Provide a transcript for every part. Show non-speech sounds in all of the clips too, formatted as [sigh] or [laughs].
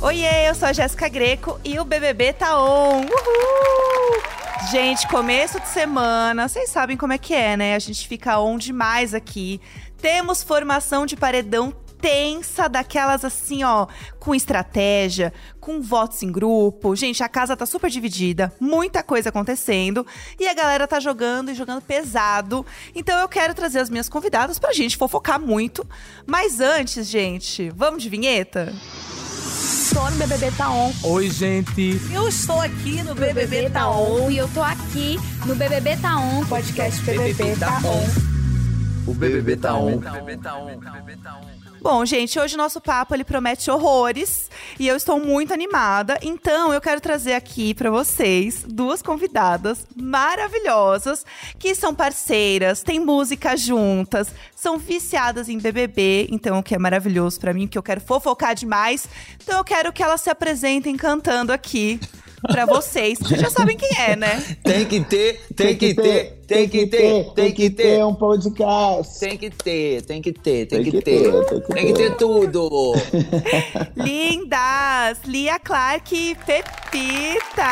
Oiê, eu sou a Jéssica Greco e o BBB tá on. Uhul! Gente, começo de semana, vocês sabem como é que é, né? A gente fica on demais aqui. Temos formação de paredão tensa, daquelas assim, ó, com estratégia, com votos em grupo. Gente, a casa tá super dividida, muita coisa acontecendo e a galera tá jogando e jogando pesado. Então eu quero trazer as minhas convidadas pra gente fofocar muito. Mas antes, gente, vamos de vinheta? Estou no BBB Tá On. Oi, gente. Eu estou aqui no BBB, BBB tá, on. E eu tô aqui no BBB Tá On. Podcast BBB, Tá on. O BBB tá on. Bom, gente, hoje o nosso papo ele promete horrores e eu estou muito animada. Então, eu quero trazer aqui para vocês duas convidadas maravilhosas que são parceiras, têm música juntas, são viciadas em BBB, então o que é maravilhoso para mim, que eu quero fofocar demais. Então, eu quero que elas se apresentem cantando aqui para vocês. Vocês já sabem quem é, né? Tem que ter, tem, que, ter, tem que ter, tem que ter. um podcast. Tem que ter, tem que ter, tem que ter. Tem que ter tudo. Lindas! Lia Clark e Pepita!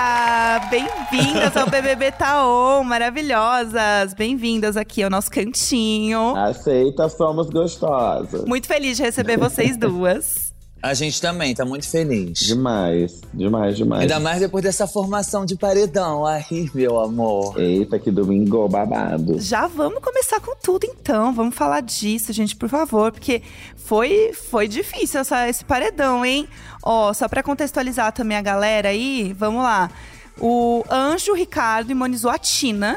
Bem-vindas ao BBB Taon, maravilhosas! Bem-vindas aqui ao nosso cantinho. Aceita, somos gostosas. Muito feliz de receber vocês duas. A gente também tá muito feliz. Demais, demais, demais. Ainda mais depois dessa formação de paredão. Ai, meu amor. Eita, que domingo babado. Já vamos começar com tudo então. Vamos falar disso, gente, por favor, porque foi foi difícil essa, esse paredão, hein? Ó, só para contextualizar também a galera aí, vamos lá. O Anjo Ricardo imunizou a Tina,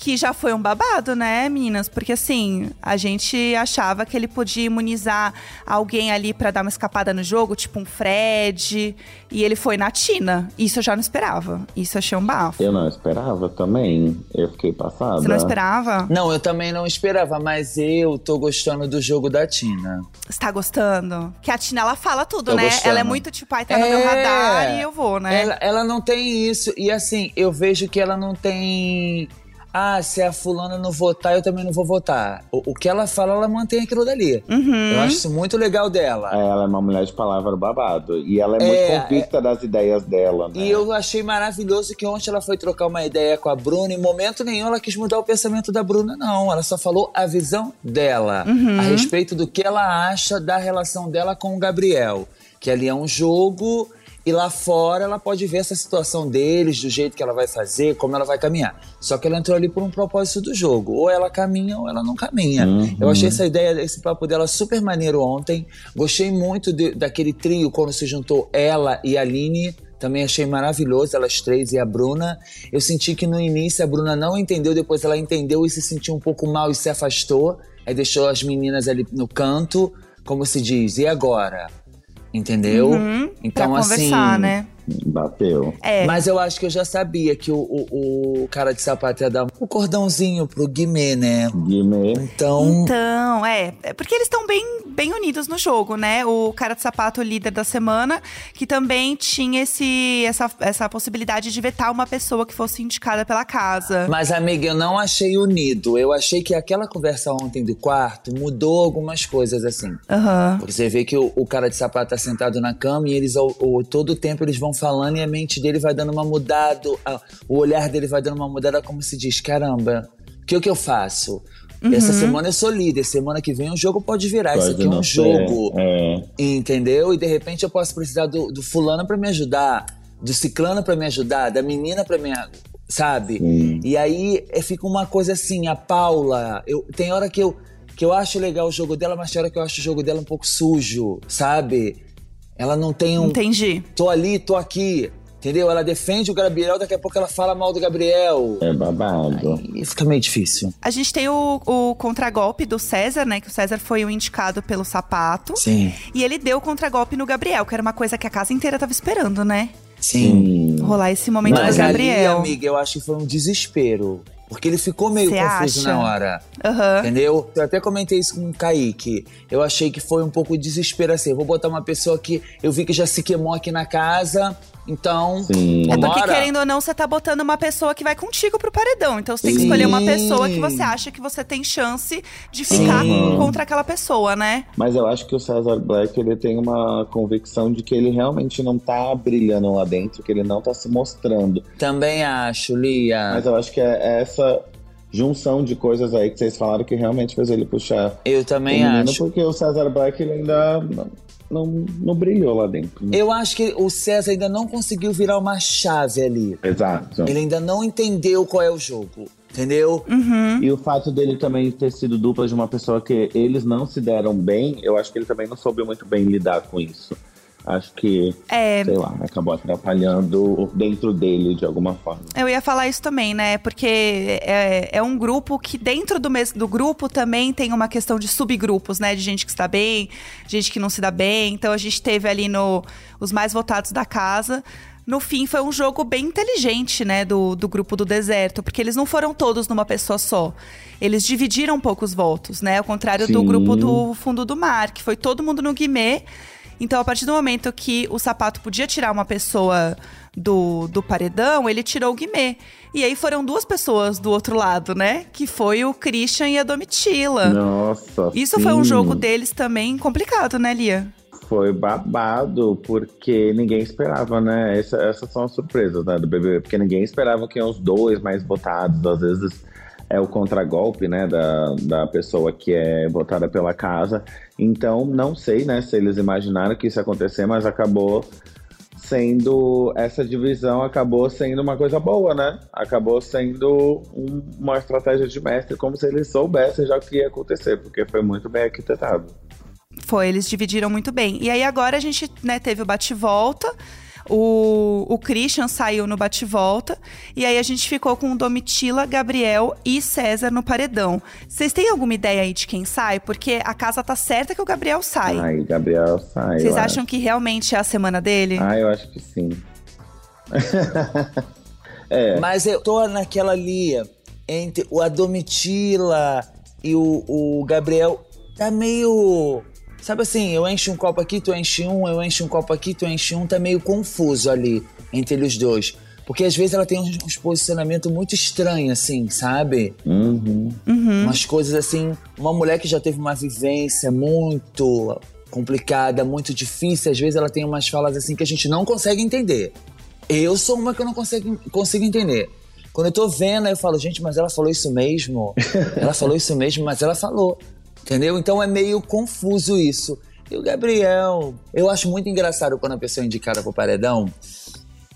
que já foi um babado, né, Minas? Porque assim, a gente achava que ele podia imunizar alguém ali para dar uma escapada no jogo, tipo um Fred, e ele foi na Tina. Isso eu já não esperava. Isso eu achei um bafo. Eu não esperava também. Eu fiquei passada. Você não esperava? Não, eu também não esperava, mas eu tô gostando do jogo da Tina. Você tá gostando? Que a Tina, ela fala tudo, Tô né? gostando. Ela é muito tipo, ai, tá no meu É. radar e eu vou, né? Ela, ela não tem isso. E assim, eu vejo que ela não tem. Ah, se a fulana não votar, eu também não vou votar. O, o que ela fala, ela mantém aquilo dali. Uhum. Eu acho isso muito legal dela. Ela é uma mulher de palavra babado. E ela é, É, muito convicta das ideias dela, né? E eu achei maravilhoso que ontem ela foi trocar uma ideia com a Bruna. Em momento nenhum ela quis mudar o pensamento da Bruna, não. Ela só falou a visão dela Uhum. a respeito do que ela acha da relação dela com o Gabriel. Que ali é um jogo e lá fora ela pode ver essa situação deles, do jeito que ela vai fazer, como ela vai caminhar. Só que ela entrou ali por um propósito do jogo. Ou ela caminha ou ela não caminha. Uhum. Eu achei essa ideia, esse papo dela super maneiro ontem. Gostei muito de- daquele trio quando se juntou ela e a Aline. Também achei maravilhoso, elas três e a Bruna. Eu senti que no início a Bruna não entendeu, depois ela entendeu e se sentiu um pouco mal e se afastou. Aí deixou as meninas ali no canto, como se diz, e agora? Entendeu? Uhum, Então, pra assim. conversar, né? Bateu. É. Mas eu acho que eu já sabia que o, o- o cara de sapato ia dar um cordãozinho pro Guimê, né? Guimê. Então. Então, é. é Porque eles estão bem, bem unidos no jogo, né? O cara de sapato, o líder da semana, que também tinha esse, essa, essa possibilidade de vetar uma pessoa que fosse indicada pela casa. Mas, amiga, eu não achei unido. Eu achei que aquela conversa ontem do quarto mudou algumas coisas, assim. Aham. Porque Você vê que o, o cara de sapato tá sentado na cama e eles, ao, ao- todo o tempo, eles vão falando e a mente dele vai dando uma mudada, a- o olhar dele vai dando uma mudada, como se diz: caramba, o que, que eu faço? Essa semana eu sou líder, semana que vem o jogo pode virar. Isso Uhum. Pode aqui é um não ser. jogo. É. Entendeu? E de repente eu posso precisar do, do fulano pra me ajudar, do ciclano pra me ajudar, da menina pra me. a- Sabe? Sim. E aí é, fica uma coisa assim, a Paula. Eu, tem hora que eu, que eu acho legal o jogo dela, mas tem hora que eu acho o jogo dela um pouco sujo, sabe? Ela não tem um. Entendi. Tô ali, tô aqui. Entendeu? Ela defende o Gabriel, daqui a pouco ela fala mal do Gabriel. É babado. E fica meio difícil. A gente tem o, o contragolpe do César, né? Que o César foi o indicado pelo sapato. Sim, E ele deu o contragolpe no Gabriel, que era uma coisa que a casa inteira tava esperando, né? sim. Hum. Rolar esse momento Mas do ali, Gabriel. amiga, eu acho que foi um desespero. Porque ele ficou meio Cê confuso acha? na hora. Aham. É Entendeu? Eu até comentei isso com o Kaique. Eu achei que foi um pouco desespero assim. Eu vou botar uma pessoa que eu vi que já se queimou aqui na casa. Então, Sim. É porque, Bora. querendo ou não, você tá botando uma pessoa que vai contigo pro paredão. Então você tem que escolher uma Sim. pessoa que você acha que você tem chance de ficar Sim. contra aquela pessoa, né? Mas eu acho que o Cesar Black ele tem uma convicção de que ele realmente não tá brilhando lá dentro, que ele não tá se mostrando. também acho, Lia. Mas eu acho que é essa junção de coisas aí que vocês falaram que realmente fez ele puxar eu também o é um menino, acho. porque o Cesar Black ele ainda não, não, não brilhou lá dentro. né? Eu acho que o César ainda não conseguiu virar uma chave ali. Exato. Ele ainda não entendeu qual é o jogo, entendeu? E o fato dele também ter sido dupla de uma pessoa que eles não se deram bem, eu acho que ele também não soube muito bem lidar com isso. Acho que, É, sei lá, acabou atrapalhando o- dentro dele de alguma forma. eu ia falar isso também, né? Porque é, é um grupo que dentro do mesmo do grupo também tem uma questão de subgrupos, né? De gente que está bem, gente que não se dá bem. Então a gente teve ali no os mais votados da casa. No fim, foi um jogo bem inteligente, né, do, do grupo do deserto, porque eles não foram todos numa pessoa só. Eles dividiram um pouco os votos, né? Ao contrário do Sim. grupo do fundo do mar, que foi todo mundo no Guimê. Então, a partir do momento que o sapato podia tirar uma pessoa do, do paredão, ele tirou o Guimê. E aí foram duas pessoas do outro lado, né? Que foi o Christian e a Domitila. Nossa. Isso foi um sim. jogo deles também complicado, né, Lia? Foi babado, porque ninguém esperava, né? Essa- essas são as surpresas né, do BBB, porque ninguém esperava que iam os dois mais votados. Às vezes é o contragolpe, né, da, da pessoa que é votada pela casa. Então, não sei, né, se eles imaginaram que isso ia acontecer, mas acabou sendo. Essa divisão acabou sendo uma coisa boa, né? Acabou sendo um- uma estratégia de mestre, como se eles soubessem já o que ia acontecer, porque foi muito bem arquitetado. Foi, eles dividiram muito bem. E aí agora a gente né, teve o bate-volta. O, o Christian saiu no bate-volta. E aí a gente ficou com Domitila, Gabriel e César no paredão. Vocês têm alguma ideia aí de quem sai? Porque a casa tá certa que o Gabriel sai. Ai, Gabriel, sai. Vocês Ah, eu acham que realmente é a semana dele? Acho. Ah, eu acho que sim. é. Mas eu tô naquela linha entre o Adomitila e o, o Gabriel. Tá meio. Sabe assim, eu encho um copo aqui, tu enche um, eu encho um copo aqui, tu enche um. Tá meio confuso ali entre os dois. Porque às vezes ela tem uns, uns posicionamentos muito estranhos, assim, sabe? Uhum. Umas coisas assim. Uma mulher que já teve uma vivência muito complicada, muito difícil, às vezes ela tem umas falas assim que a gente não consegue entender. Eu sou uma que eu não consigo, consigo entender. Quando eu tô vendo, aí eu falo, gente, mas ela falou isso mesmo? ela falou isso mesmo, mas ela falou. Entendeu? Então é meio confuso isso. E o Gabriel, eu acho muito engraçado quando a pessoa é indicada pro paredão,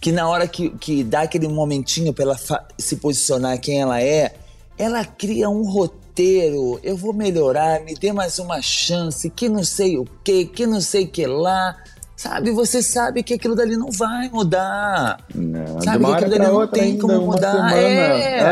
que na hora que, que dá aquele momentinho pra ela fa- se posicionar quem ela é, ela cria um roteiro. Eu vou melhorar, me dê mais uma chance, que não sei o que, que não sei o que lá. Sabe, você sabe que aquilo dali não vai mudar. [laughs] Não, Sabe, de uma hora aquilo dali pra não outra tem ainda, como uma mudar. semana. É,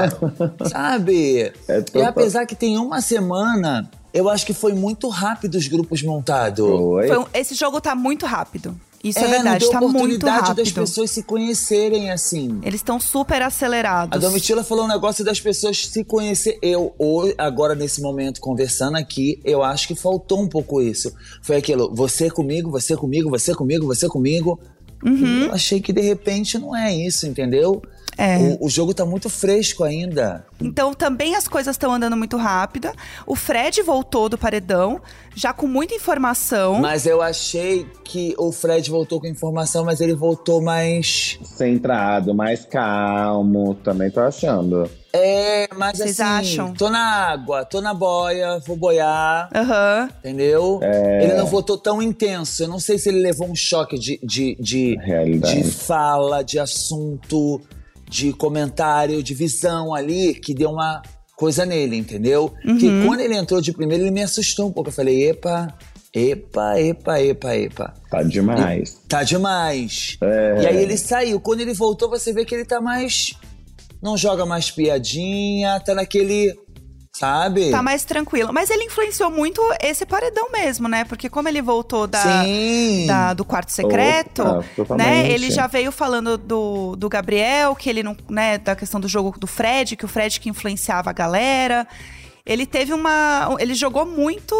sabe? É e total. apesar que tem uma semana, eu acho que foi muito rápido os grupos montados. Oi? Foi um- esse jogo tá muito rápido. Isso é, não verdade, deu tá muito oportunidade das rápido. pessoas se conhecerem assim. Eles estão super A acelerados. Domitila falou um negócio das pessoas se conhecer. Eu, hoje, agora nesse momento, conversando aqui, eu acho que faltou um pouco isso. Foi aquilo, você é comigo, você comigo, você é comigo, você comigo. Eu achei que de repente não é isso, entendeu? Uhum. É. O, o jogo tá muito fresco ainda. Então também as coisas estão andando muito rápida. O Fred voltou do paredão, já com muita informação. Mas eu achei que o Fred voltou com informação, mas ele voltou mais. Centrado, mais calmo, também tô achando. É, mas Vocês assim. acham? Tô na água, tô na boia, vou boiar. Aham. Entendeu? É. Ele não votou tão intenso. Eu não sei se ele levou um choque de, de, de, Realidade. de fala, de assunto, de comentário, de visão ali, que deu uma coisa nele, entendeu? Que Uhum. quando ele entrou de primeiro, ele me assustou um pouco. Eu falei, epa, epa, epa, epa, epa. Tá demais. Tá demais. É. E aí ele saiu. Quando ele voltou, você vê que ele tá mais. Não joga mais piadinha, tá naquele. Sabe? Tá mais tranquilo. Mas ele influenciou muito esse paredão mesmo, né? Porque como ele voltou da, Sim. da- do quarto secreto, Opa, totalmente. né? Ele já veio falando do, do Gabriel, que ele não, né, da questão do jogo do Fred, que o Fred que influenciava a galera. Ele teve uma. Ele jogou muito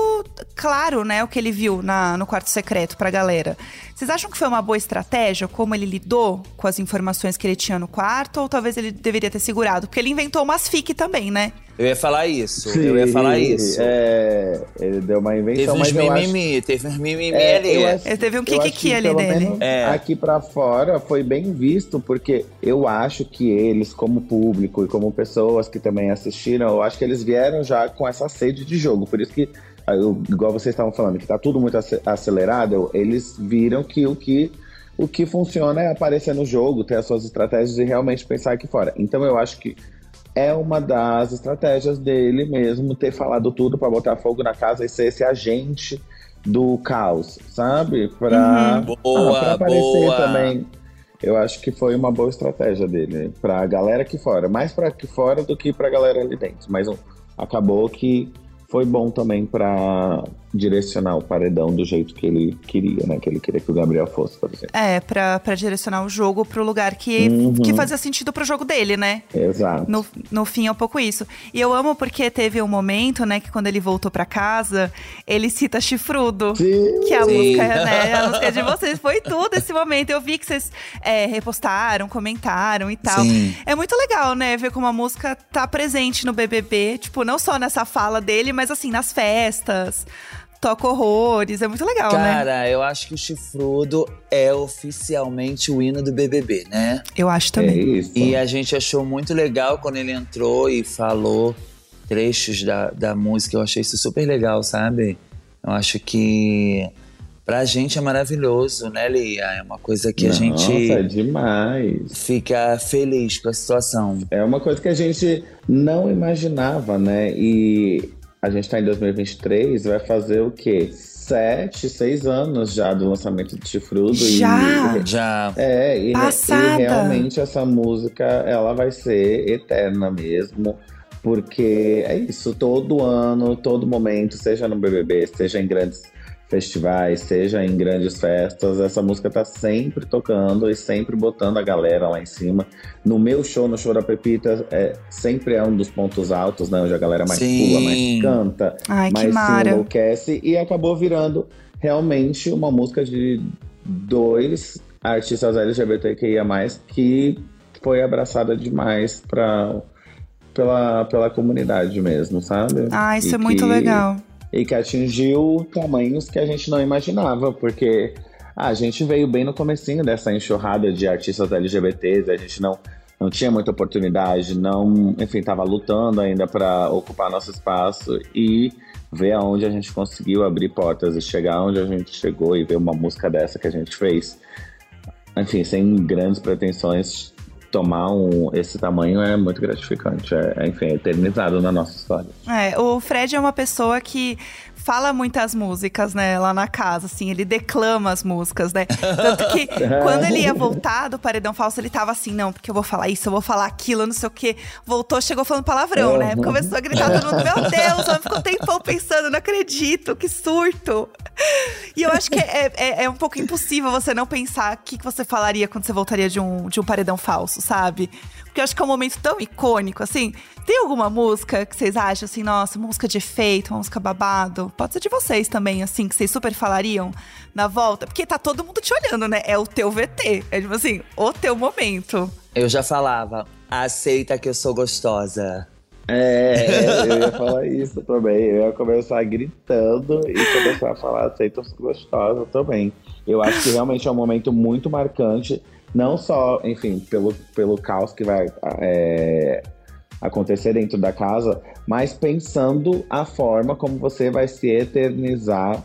claro, né, o que ele viu na, no quarto secreto pra galera. Vocês acham que foi uma boa estratégia como ele lidou com as informações que ele tinha no quarto? Ou talvez ele deveria ter segurado? Porque ele inventou umas fic também, né? Eu ia falar isso, eu ia falar isso. É, ele deu uma invenção, Teve uns Então, mas eu acho- mimimi, teve uns mimimi É, ali. eu acho- Ele teve um eu acho kikiki que, ali pelo dele. menos, É. Aqui pra fora foi bem visto, porque eu acho que eles, como público e como pessoas que também assistiram, eu acho que eles vieram já com essa sede de jogo. Por isso que, ah, eu- igual vocês estavam falando, que tá tudo muito ace- acelerado, eu- eles viram que o que. O que funciona é aparecer no jogo, ter as suas estratégias e realmente pensar aqui fora. Então eu acho que é uma das estratégias dele mesmo ter falado tudo pra botar fogo na casa e ser esse agente do caos, sabe? Pra, Boa, pra aparecer boa. também. Eu acho que foi uma boa estratégia dele pra galera aqui fora, mais pra aqui fora do que pra galera ali dentro, mas um, acabou que foi bom também pra direcionar o paredão do jeito que ele queria, né? Que ele queria que o Gabriel fosse, por exemplo. É, pra, pra direcionar o jogo pro lugar que, Uhum. que fazia sentido pro jogo dele, né? Exato. No, no fim é um pouco isso. E eu amo porque teve um momento, né, que quando ele voltou pra casa, ele cita chifrudo. Sim. Que é a Sim. música, [laughs] né? A música de vocês. Foi tudo esse momento. Eu vi que vocês é, repostaram, comentaram e tal. Sim. É muito legal, né? Ver como a música tá presente no BBB. Tipo, não só nessa fala dele, mas assim, nas festas. Toca horrores. É muito legal, né? Cara, eu acho que o chifrudo é oficialmente o hino do BBB, né? Eu acho É também. isso. E a gente achou muito legal quando ele entrou e falou trechos da, da música. Eu achei isso super legal, sabe? Eu acho que pra gente é maravilhoso, né, Lia? É uma coisa que a Nossa, gente é demais. fica feliz com a situação. É uma coisa que a gente não imaginava, né? E a gente tá em 2023, vai fazer o quê? Sete, seis anos já do lançamento de Chifrudo. Já? E... Já. É, e, Passada. e realmente essa música, ela vai ser eterna mesmo. Porque é isso, todo ano, todo momento, seja no BBB, seja em grandes festivais, seja em grandes festas, essa música tá sempre tocando e sempre botando a galera lá em cima. No meu show, no show da Pepita, é, sempre é um dos pontos altos, né? Onde a galera mais Sim. pula, mais canta, Ai, que mais se mara. enlouquece. E acabou virando realmente uma música de dois artistas LGBTQIA+, que foi abraçada demais pra, pela, pela comunidade mesmo, sabe? Ah, isso E é muito que- legal. e que atingiu tamanhos que a gente não imaginava, porque ah, a gente veio bem no comecinho dessa enxurrada de artistas LGBTs, a gente não, não tinha muita oportunidade, não, enfim, tava lutando ainda para ocupar nosso espaço e ver aonde a gente conseguiu abrir portas e chegar onde a gente chegou e ver uma música dessa que a gente fez. Enfim, sem grandes pretensões, tomar um, esse tamanho é muito gratificante. É, é, enfim, é eternizado na nossa história. É, o Fred é uma pessoa que fala muitas músicas, né, lá na casa, assim, ele declama as músicas, né? Tanto [laughs] que É. quando ele ia voltar do Paredão Falso, ele tava assim, não, porque eu vou falar isso, eu vou falar aquilo, não sei o quê. Voltou, chegou falando palavrão, né? Uhum. Começou a gritar todo mundo, meu Deus, o homem ficou um tempão pensando, não acredito, que surto. E eu acho que é, é- é um pouco impossível você não pensar o que, que você falaria quando você voltaria de um, de um paredão falso, sabe? Porque eu acho que é um momento tão icônico, assim. Tem alguma música que vocês acham assim, nossa, uma música de efeito, uma música babado? Pode ser de vocês também, assim, que vocês super falariam na volta. Porque tá todo mundo te olhando, né? É o teu VT. É tipo assim, o teu momento. Eu já falava, aceita que eu sou gostosa. É, eu ia falar isso também. Eu ia começar gritando e começar a falar aceita gostosa também. Eu acho que realmente é um momento muito marcante, não só, enfim, pelo, pelo caos que vai é, acontecer dentro da casa, mas pensando a forma como você vai se eternizar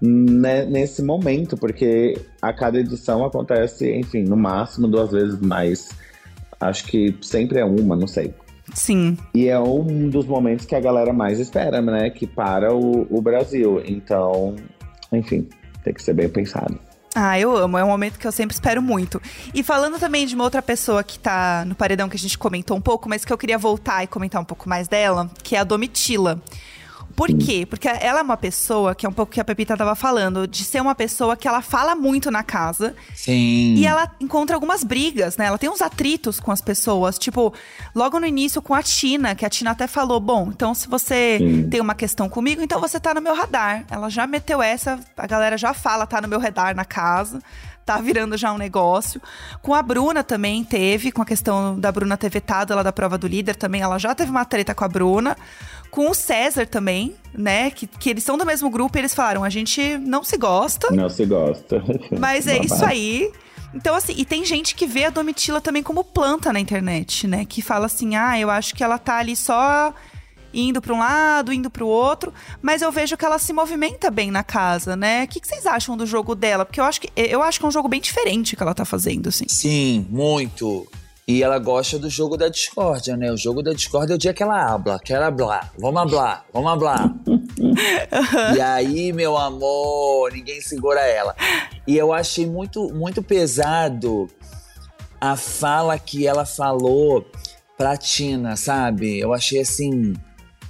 ne- nesse momento, porque a cada edição acontece, enfim, no máximo duas vezes mais. Acho que sempre é uma, não sei. Sim. E é um dos momentos que a galera mais espera, né? Que para o, o Brasil. Então, enfim, tem que ser bem pensado. Ah, eu amo. É um momento que eu sempre espero muito. E falando também de uma outra pessoa que tá no paredão que a gente comentou um pouco, mas que eu queria voltar e comentar um pouco mais dela, que é a Domitila. Por quê? Porque ela é uma pessoa, que é um pouco que a Pepita tava falando, de ser uma pessoa que ela fala muito na casa. Sim. E ela encontra algumas brigas, né? Ela tem uns atritos com as pessoas. Tipo, logo no início com a Tina, que a Tina até falou: Bom, então se você tem uma questão comigo, então você tá no meu radar. Ela já meteu essa, a galera já fala, tá no meu radar na casa. Tá virando já um negócio. Com a Bruna também teve, com a questão da Bruna ter vetado ela da prova do líder também, ela já teve uma treta com a Bruna. Com o César também, né? Que, que eles são do mesmo grupo e eles falaram: a gente não se gosta. Não se gosta. Mas é Babado. isso aí. Então, assim, e tem gente que vê a Domitila também como planta na internet, né? Que fala assim: ah, eu acho que ela tá ali só indo pra um lado, indo pro outro, mas eu vejo que ela se movimenta bem na casa, né? O que, que vocês acham do jogo dela? Porque eu acho que eu acho que é um jogo bem diferente que ela tá fazendo, assim. Sim, muito. E ela gosta do jogo da discórdia, né? O jogo da discórdia é o dia que ela habla, que ela blá, vamos hablar, vamos hablar. e aí, meu amor, ninguém segura ela. E eu achei muito, muito pesado a fala que ela falou pra Tina, sabe? Eu achei assim,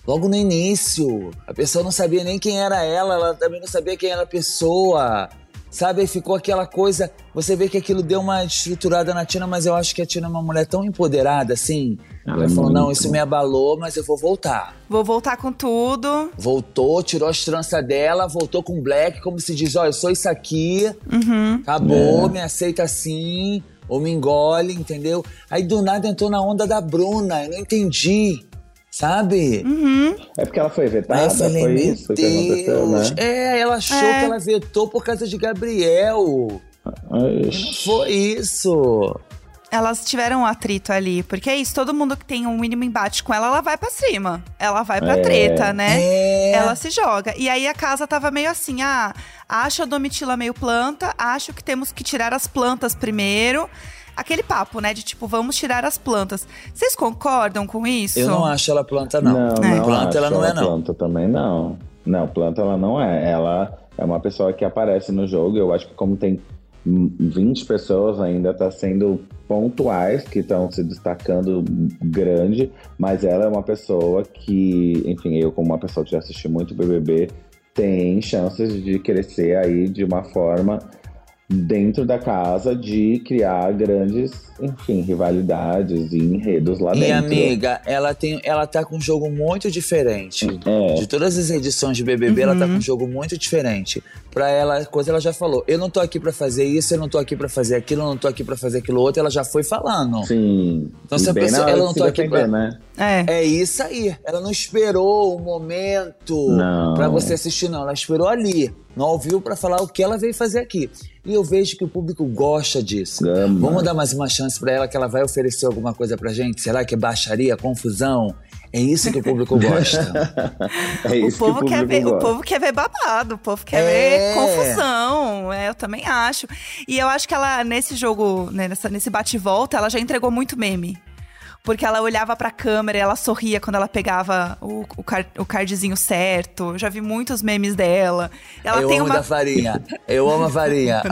logo no início, a pessoa não sabia nem quem era ela, ela também não sabia quem era a pessoa. Sabe, Aí ficou aquela coisa. Você vê que aquilo deu uma estruturada na Tina, mas eu acho que a Tina é uma mulher tão empoderada assim. Ela Ela, é falou: não, muito. isso me abalou, mas eu vou voltar. Vou voltar com tudo. Voltou, tirou as tranças dela, voltou com black, como se diz: ó, eu sou isso aqui, Uhum. acabou, É. me aceita assim, ou me engole, entendeu? Aí do nada entrou na onda da Bruna, eu não entendi, sabe? É porque ela foi Aí vetada, eu falei, foi meu isso que aconteceu, Deus. né? É, ela achou É. que ela vetou por causa de Gabriel. Ai, Foi isso. Elas tiveram um atrito ali, porque é isso, todo mundo que tem um mínimo embate com ela, ela vai pra cima. Ela vai pra É. treta, né? É. Ela se joga. E aí a casa tava meio assim: ah, acho a Domitila meio planta, acho que temos que tirar as plantas primeiro. Aquele papo, né? De tipo, vamos tirar as plantas. Vocês concordam com isso? Eu não acho ela planta, não. Não, não, É. Planta acho, ela não é, não. Planta também não. Não, planta ela não é. Ela é uma pessoa que aparece no jogo. Eu acho que como tem hum, 20 pessoas ainda, tá sendo pontuais que estão se destacando grande, mas ela é uma pessoa que, enfim, eu como uma pessoa que já assisti muito BBB, tem chances de crescer aí de uma forma dentro da casa de criar grandes, enfim, rivalidades e enredos lá E dentro. amiga, ela, tem, ela tá com um jogo muito diferente. É, De todas as edições de BBB, ela tá com um jogo muito diferente. Pra ela, coisa ela já falou: eu não tô aqui pra fazer isso, eu não tô aqui pra fazer aquilo, eu não tô aqui pra fazer aquilo outro. Ela já foi falando. Sim. Então, se a Bem na pessoa- hora ela de não se tá aqui pra- defender, né? É. É isso aí. Ela não esperou o momento Não. pra você assistir, não. Ela esperou ali. Não ouviu pra falar o que ela veio fazer aqui. E eu vejo que o público gosta disso. Ama. Vamos dar mais uma chance pra ela que ela vai oferecer alguma coisa pra gente? Será que é baixaria, confusão? É isso que o público gosta. [laughs] É O isso que povo, quer ver, o gosta. povo quer ver babado, o povo quer É. ver confusão. É, eu também acho. E eu acho que ela, nesse jogo, né, nessa- nesse bate-volta, ela já entregou muito meme. Porque ela olhava pra câmera e ela sorria quando ela pegava o, o, car- o cardzinho certo. Eu já vi muitos memes dela. Ela eu tem amo uma. [laughs] da farinha. Eu amo a farinha.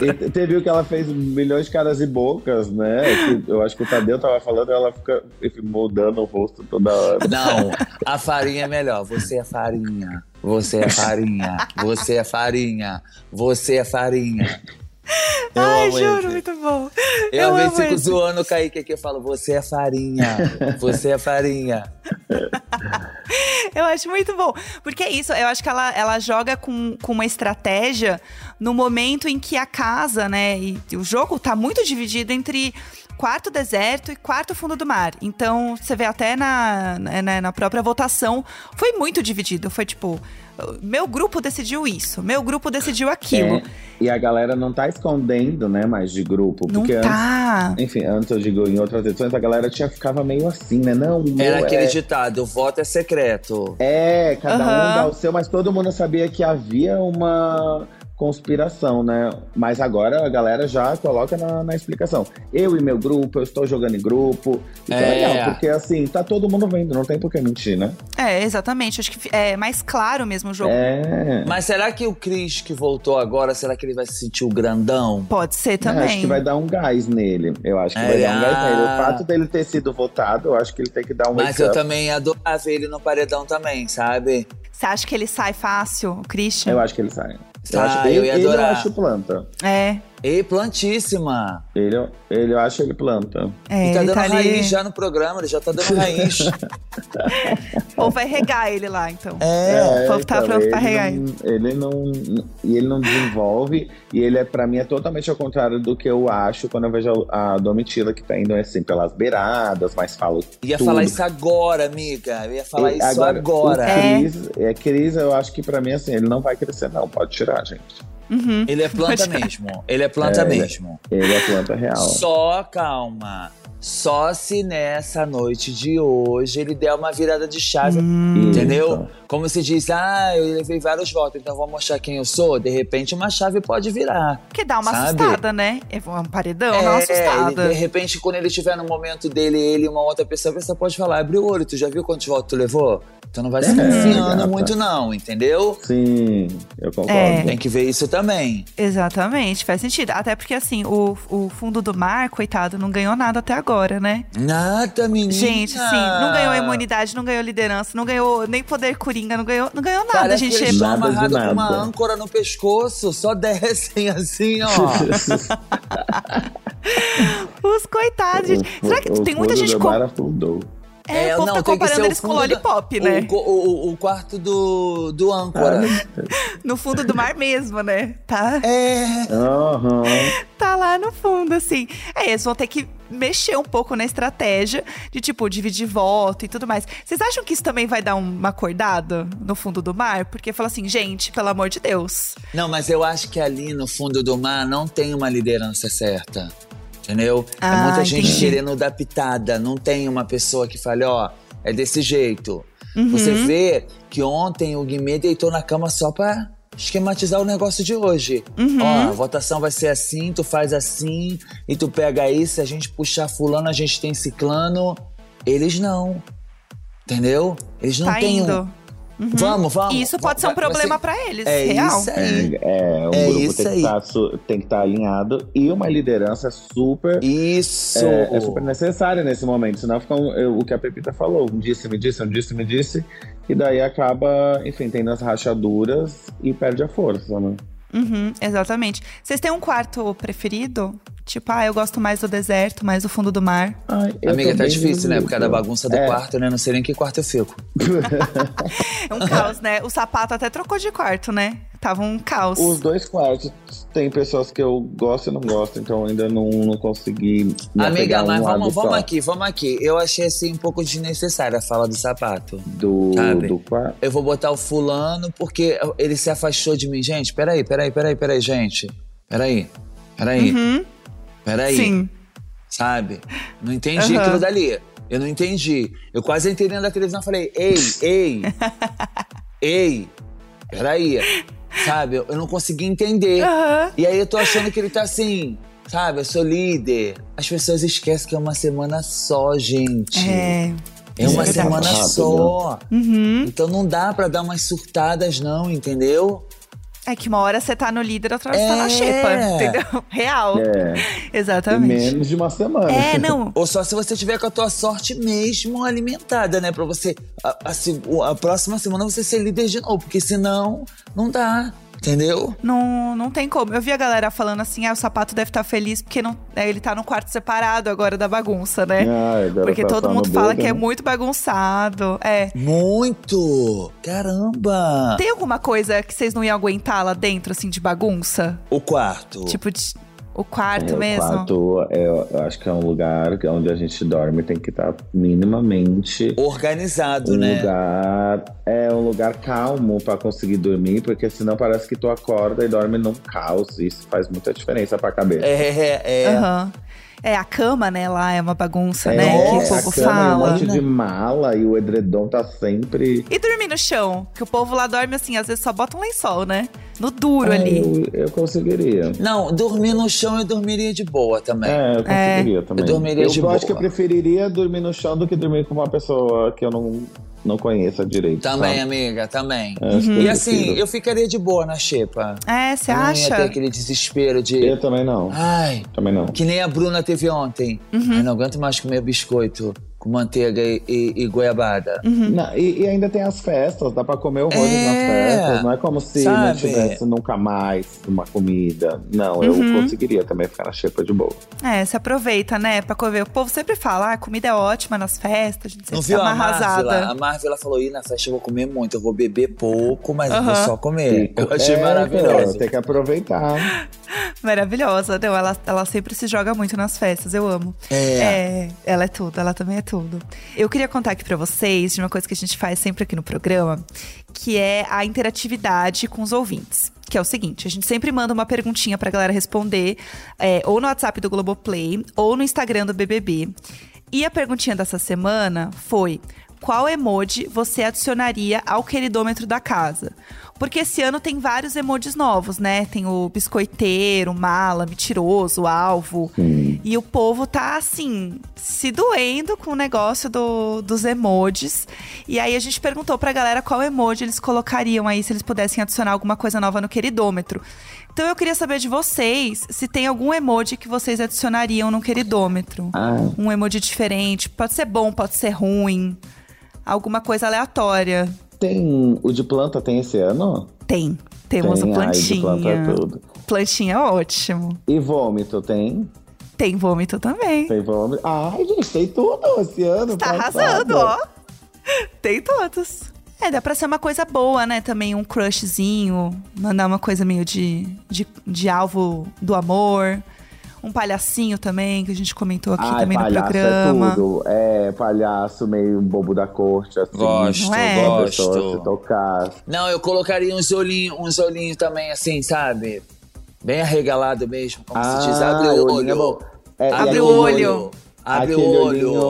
E te- teve o que ela fez milhões de caras e bocas, né? Que eu acho que o Tadeu tava falando, ela fica enfim, mudando o rosto toda hora. Não, a farinha é melhor. Você é farinha. Você é farinha. Você é farinha. Você é farinha. Eu Ai, amo juro, esse. muito bom. Eu, Eu às vezes amo fico esse. zoando o Kaique aqui, eu falo, você é farinha, você é farinha. Eu acho muito bom. Porque é isso, eu acho que ela, ela joga com, com uma estratégia no momento em que a casa, né? E o jogo tá muito dividido entre quarto deserto e quarto fundo do mar. Então, você vê até na, na, né, na própria votação, foi muito dividido. Foi tipo, meu grupo decidiu isso, meu grupo decidiu aquilo. É, e a galera não tá escondendo, né, mais de grupo. Não porque é. antes, tá. enfim, antes eu digo, em outras edições, a galera tinha, ficava meio assim, né? Não, o meu Era aquele é... ditado, o voto é secreto. É, cada um Aham. dá o seu, mas todo mundo sabia que havia uma, conspiração, né? Mas agora a galera já coloca na, na explicação. Eu e meu grupo, eu estou jogando em grupo. Então é, É. legal, porque assim, tá todo mundo vendo, não tem por que mentir, né? É, exatamente. Acho que é mais claro mesmo o jogo. É. Mas será que o Chris que voltou agora, será que ele vai se sentir o grandão? Pode ser Eu também. É, acho que vai dar um gás nele. Eu acho que vai É, dar um gás ah. nele. O fato dele ter sido votado, eu acho que ele tem que dar um Mas eu wake-up. também adorava ver ele no paredão também, sabe? Você acha que ele sai fácil, o Christian? Eu acho que ele sai. Eu Ah, acho, eu ele, ia ele eu adorar. acho planta. É, Ei, plantíssima! Ele, ele eu acho ele planta. é, e tá ele dando tá raiz ali. já no programa, ele já [laughs] tá dando raiz. Ou vai regar ele lá, então. é. o povo tá então, pronto pra ele regar não- Ele não, e ele não desenvolve. e ele, é, pra mim, é totalmente ao contrário do que eu acho quando eu vejo a Domitila, que tá indo assim pelas beiradas, mas fala Ia tudo. falar isso agora, amiga. Eu ia falar E isso agora. O É. Cris, é. Cris, eu acho que pra mim, assim, ele não vai crescer, não. Pode tirar, gente. Uhum. Ele é planta mesmo. Ele é planta É. mesmo. Ele é planta real. Só calma. Só se nessa noite de hoje ele der uma virada de chave. Hum. Isso. Então, Entendeu? Como se diz, ah, eu levei vários votos, então vou mostrar quem eu sou. De repente, uma chave pode virar. Porque dá uma Sabe? assustada, né? É um paredão, dá uma ele- assustada. de repente, quando ele estiver no momento dele, ele e uma outra pessoa, a pessoa pode falar: abre o olho, tu já viu quantos votos tu levou? Tu não vai se É, confiando gata. muito, não, entendeu? Sim, eu concordo. É. Tem que ver isso também. Exatamente, faz sentido. Até porque, assim, o, o fundo do mar, coitado, não ganhou nada até agora, né? Nada, menina. Gente, assim, não ganhou a imunidade, não ganhou liderança, não ganhou nem poder coringa, não ganhou, não ganhou nada, Parece que gente. é eles estão Nada de amarrados com uma nada. âncora no pescoço, só descem assim, ó. [laughs] Os coitados, gente. O- Será que o tem muita fundo gente. do com- mar afundou. É, o povo não, tá tem que ser comparando o eles com fundo da- lollipop, o, né? co- o- o quarto do, do âncora. No fundo do mar mesmo, né? Tá, É. Aham. tá lá no fundo, assim. É, eles vão ter que mexer um pouco na estratégia de, tipo, dividir voto e tudo mais. Vocês acham que isso também vai dar uma acordada no fundo do mar? Porque fala assim, gente, pelo amor de Deus. Não, mas eu acho que ali no fundo do mar não tem uma liderança certa. Entendeu? é Ah, muita gente entendi. querendo dar pitada. Não tem uma pessoa que fale, ó, é desse jeito. Você Uhum. vê que ontem o Guimê deitou na cama só pra esquematizar o negócio de hoje. Uhum. Ó, a votação vai ser assim, tu faz assim, e tu pega isso, a gente puxar fulano, a gente tem ciclano. Eles não. Entendeu? Eles não tá têm um. indo. Uhum. Vamos, vamos. E isso pode vamos, ser um vai- vai problema pra eles, É real. isso aí. É, é, um É grupo isso tem que, aí. tá su- tem que estar alinhado e uma liderança super. Isso! É, é super necessária nesse momento, senão fica um- eu- o que a Pepita falou, um disse, me disse, um disse, me disse, e daí acaba, enfim, tendo as rachaduras e perde a força, né? Uhum, exatamente. Vocês têm um quarto preferido? Tipo, ah, eu gosto mais do deserto, mais do fundo do mar. Ai, eu Amiga, tô tá bem difícil, né? dividida. Por causa da bagunça do É. quarto, né? Não sei nem que quarto eu fico. É um [laughs] caos, né? O sapato até trocou de quarto, né? Tava um caos. Os dois quartos tem pessoas que eu gosto e não gosto, então ainda não, não consegui. me Amiga, apegar a um mas lado vamos, só vamos aqui, vamos aqui. Eu achei assim um pouco desnecessária a fala do sapato. Do, Sabe? do quarto. Eu vou botar o fulano porque ele se afastou de mim. Gente, peraí, peraí, peraí, peraí, gente. Peraí, peraí, Uhum, peraí. Sim. Sabe? Não entendi Aham. aquilo dali. Eu não entendi. Eu quase entrei dentro da televisão e falei, ei, [laughs] ei, ei, peraí. Sabe? Eu eu não consegui entender. Aham. E aí eu tô achando que ele tá assim, sabe? Eu sou líder. As pessoas esquecem que é uma semana só, gente. É. É uma É, semana passa rápido, só. Uhum. Então não dá pra dar umas surtadas, não, entendeu? É que uma hora você tá no líder, outra hora você tá na É. xepa. Entendeu? [laughs] Real. É, em Exatamente. menos de uma semana. É, [laughs] não. Ou só se você tiver com a tua sorte mesmo alimentada, né? Pra você. A, a se- a próxima semana você ser líder de novo, porque senão não dá, entendeu? Não, não tem como. Eu vi a galera falando assim, ah, o sapato deve estar feliz porque não, é, ele tá no quarto separado agora da bagunça, né? Ah, agora Porque tá só todo no mundo fala dedo, que é né? muito bagunçado. É. Muito! Caramba! Tem alguma coisa que vocês não iam aguentar lá dentro, assim, de bagunça? O quarto. Tipo, de- o É, quarto o mesmo? quarto, é, eu acho que é um lugar que- onde a gente dorme, tem que estar minimamente organizado, um né? lugar. É um lugar calmo pra conseguir dormir, porque senão parece que tu acorda e dorme num caos. e Isso faz muita diferença pra cabeça. É, é. Aham. É, a cama, né, lá é uma bagunça, É, né? que o nossa, a povo cama e um fala. monte de mala e o edredom tá sempre. E dormir no chão, que o povo lá dorme assim, às vezes só bota um lençol, né? No duro Ah, ali. Eu, eu conseguiria. Não, dormir no chão eu dormiria de boa também. É, eu conseguiria também. Eu dormiria de acho boa. que eu preferiria dormir no chão do que dormir com uma pessoa que eu não, não conheça direito. Também, sabe? amiga, também. Eu acho que E eu assim, prefiro. eu ficaria de boa na xepa. É, Uhum. você eu não ia ter acha? aquele desespero de. Eu também não. Ai, Também não. que nem a Bruna teve ontem. Uhum. Eu não aguento mais comer biscoito com manteiga e, e- e goiabada. Uhum. Na- e, e ainda tem as festas, dá pra comer o rodo É, nas festas. Não é como se não sabe? tivesse nunca mais uma comida. Não, eu Uhum. conseguiria também ficar na xepa de boa. É, se aproveita, né? Pra comer. O povo sempre fala, ah, a comida é ótima nas festas, a gente Não sempre viu dá uma a Marvila? arrasada. A Marvila falou: ir na festa eu vou comer muito, eu vou beber pouco, mas eu vou Aham. só comer. Eu achei É, maravilhoso. Tem que aproveitar. Maravilhosa, não, ela, ela sempre se joga muito nas festas, eu amo. É, ela é tudo, ela também é tudo. Eu queria contar aqui pra vocês de uma coisa que a gente faz sempre aqui no programa, que é a interatividade com os ouvintes. Que é o seguinte, a gente sempre manda uma perguntinha pra galera responder, é, ou no WhatsApp do Globoplay, ou no Instagram do BBB. E a perguntinha dessa semana foi: qual emoji você adicionaria ao queridômetro da casa? Porque esse ano tem vários emojis novos, né? Tem o biscoiteiro, mala, mentiroso, alvo. E o povo tá, assim, se doendo com o negócio do- dos emojis. E aí a gente perguntou pra galera qual emoji eles colocariam aí se eles pudessem adicionar alguma coisa nova no queridômetro. Então eu queria saber de vocês se tem algum emoji que vocês adicionariam no queridômetro Ah, um emoji diferente. Pode ser bom, pode ser ruim. Alguma coisa aleatória. tem. O de planta tem esse ano? Tem. Temos tem, a ai, de planta é plantinha. tudo. plantinha é ótimo. E vômito tem? Tem vômito também. Tem vômito. Ai, gente, tem tudo esse ano. Tá passado. arrasando, ó. Tem todos. É, dá pra ser uma coisa boa, né? Também um crushzinho. Mandar uma coisa meio de, de, de alvo do amor. Um palhacinho também, que a gente comentou aqui Ai, também no palhaço programa. é tudo. É, palhaço meio bobo da corte, assim. Gosto, Não é? A pessoa se gosto. tocar. Não, eu colocaria uns olhinhos uns olhinho também, assim, sabe? Bem arregalado mesmo, como se diz. Abre o Ah, olhinho é olho. bom. É, e Abre aquele o olho. Abre aquele o olho.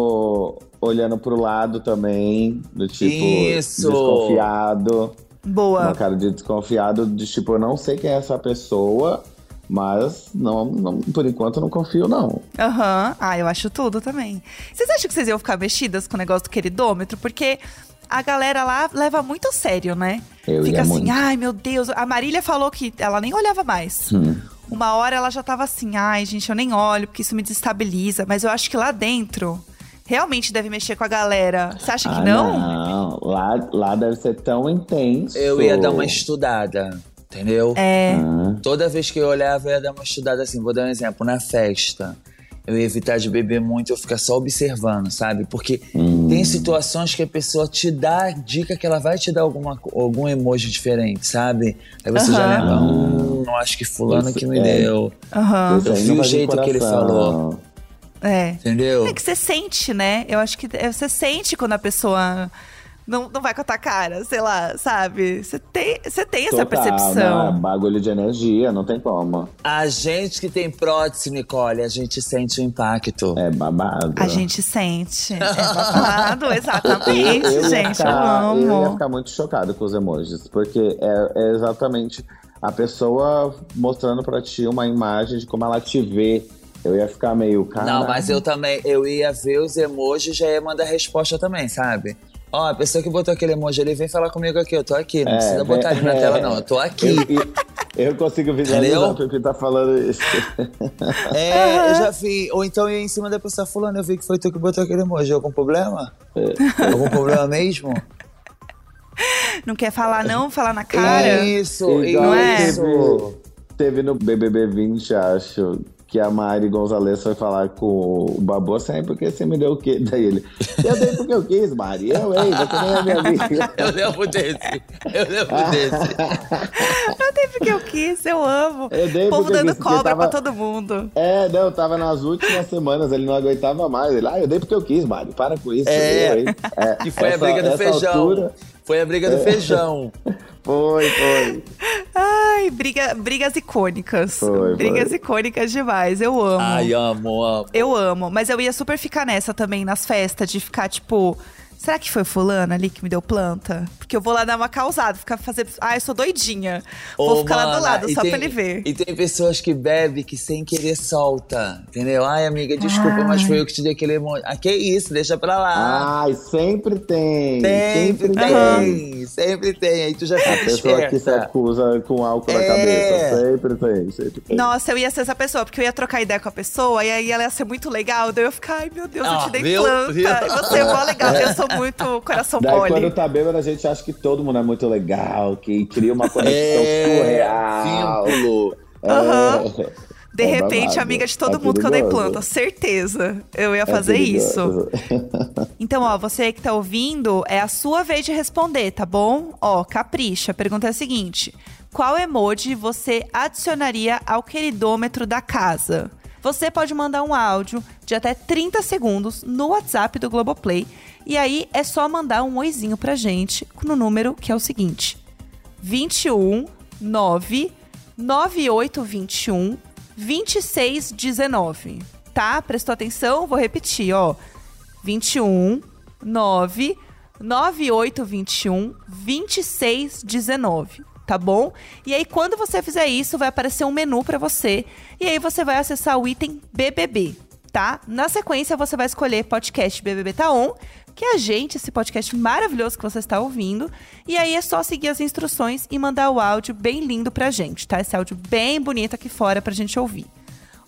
olhinho olhando pro lado também, do tipo Isso. desconfiado, uma Boa. cara de desconfiado, de tipo, eu não sei quem é essa pessoa, mas não, não- por enquanto eu não confio não. Aham. Ah, eu acho tudo também. Vocês acham que vocês iam ficar mexidas com o negócio do queridômetro? Porque a galera lá leva muito a sério, né? Eu Fica ia assim, muito. ai meu Deus. A Marília falou que ela nem olhava mais. Hum. Uma hora ela já tava assim, ai gente, eu nem olho, porque isso me desestabiliza. Mas eu acho que lá dentro, realmente deve mexer com a galera. Você acha que Ah, não? não. Lá, lá deve ser tão intenso. Eu ia dar uma estudada, entendeu? É. Ah, Toda vez que eu olhava, eu ia dar uma estudada assim. Vou dar um exemplo. Na festa, eu ia evitar de beber muito, eu ficar só observando, sabe? Porque Hum. tem situações que a pessoa te dá a dica que ela vai te dar alguma, co- algum emoji diferente, sabe? Aí você já Aham. lembra, hum, eu acho que fulano Isso, que me é. deu. Aham. isso Ah, aí Ah. Eu vi não o vai vir jeito que ele coração. falou. É. Entendeu? É que você sente, né? Eu acho que é, você sente quando a pessoa não, não vai com a tua cara, sei lá, sabe? Você tem, você tem essa Total, percepção. não, é bagulho de energia, não tem como. A gente que tem prótese, Nicole, a gente sente o impacto. É babado. A gente sente. É babado, exatamente, [laughs] Eu ia gente. eu ficar- Eu ia amo. ficar muito chocado com os emojis, porque é, é exatamente a pessoa mostrando pra ti uma imagem de como ela te vê. Eu ia ficar meio, cara. Não, mas eu também, eu ia ver os emojis e já ia mandar resposta também, sabe? Ó, a pessoa que botou aquele emoji ali, vem falar comigo aqui, eu tô aqui, não É, precisa botar ali na [laughs] é. tela não, eu tô aqui. Eu, eu consigo Entendeu? visualizar o Pepe tá falando isso. É, eu já vi, ou então eu ia em cima da pessoa fulano, eu vi que foi tu que botou aquele emoji, algum problema? É. Algum problema mesmo? Não quer falar, não? Falar na cara. É isso, Igual não é? isso. teve, teve no BBB 20, acho. Que a Mari Gonzalez foi falar com o Babu sempre porque você me deu o quê? Daí ele, eu dei porque eu quis, Mari. Eu, ei, você nem é minha amiga. Eu lembro desse, eu lembro [laughs] [laughs] desse. Eu dei porque eu quis, eu amo. Eu dei O povo porque eu dando quis, porque cobra tava- pra todo mundo. É, não, eu tava nas últimas semanas, ele não aguentava mais. Ele, ah, eu dei porque eu quis, Mário, para com isso. É. eu, hein? É, [laughs] Que foi a essa- briga do essa feijão. altura- É. Foi a briga do feijão. foi, foi. Ai, briga, brigas icônicas. Foi, foi. brigas icônicas demais, eu amo. Ai, amo, amo. Eu amo, mas eu ia super ficar nessa também, nas festas, de ficar, tipo, Será que foi fulana ali que me deu planta? Porque eu vou lá dar uma causada, ficar fazer. Ah, eu sou doidinha. vou Ô, ficar lá do mana, lado, e só tem- pra ele ver. E tem pessoas que bebe que sem querer solta, entendeu? Ai, amiga, desculpa, mas foi eu que te dei aquele emoji. Ah, que isso, deixa pra lá. Ai, sempre tem. sempre Ah. tem, sempre tem. Aí tu já A fica pessoa que se esperta. acusa com álcool na É. cabeça. Sempre tem, sempre tem. Nossa, eu ia ser essa pessoa, porque eu ia trocar ideia com a pessoa e aí ela ia ser muito legal. Daí eu ia ficar, ai meu Deus, eu Ah, te dei viu? planta. Viu? Você é mó legal, eu [laughs] sou muito coração Daí mole. quando tá bêbado, a gente acha que todo mundo é muito legal, que cria uma conexão É, surreal. vínculo. [laughs] Aham. É. De É repente, babado. amiga de É todo mundo que eu dei perigoso. planta, certeza. Eu ia É fazer isso. perigoso. Então, ó, você que tá ouvindo, é a sua vez de responder, tá bom? Ó, capricha. A pergunta é a seguinte: qual emoji você adicionaria ao queridômetro da casa? Você pode mandar um áudio de até 30 segundos no WhatsApp do Globoplay. E aí é só mandar um oizinho pra gente no número que é o seguinte: 21 9 9821 2619. Tá? Prestou atenção? Vou repetir, ó. 21 9 9821 2619, tá bom? E aí quando você fizer isso, vai aparecer um menu pra você e aí você vai acessar o item BBB, tá? Na sequência você vai escolher podcast BBB tá on, que é a gente, esse podcast maravilhoso que você está ouvindo, e aí é só seguir as instruções e mandar o áudio bem lindo pra gente, tá? Esse áudio bem bonito aqui fora pra gente ouvir.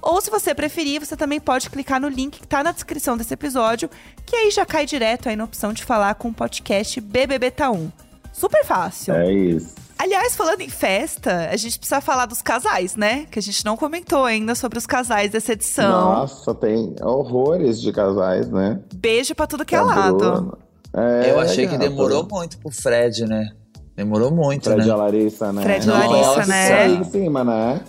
Ou se você preferir, você também pode clicar no link que tá na descrição desse episódio, que aí já cai direto aí na opção de falar com o podcast BBB Tá 1. Super fácil. [laughs] É isso. Aliás, falando em festa, a gente precisa falar dos casais, né? Que a gente não comentou ainda sobre os casais dessa edição. Nossa, tem horrores de casais, né? Beijo pra tudo que é Tá lado. Bruna. É, eu achei que gata. demorou muito pro Fred, né? Demorou muito, Fred e né? a Larissa, né? Fred e a Larissa, né? Isso aí em cima, né?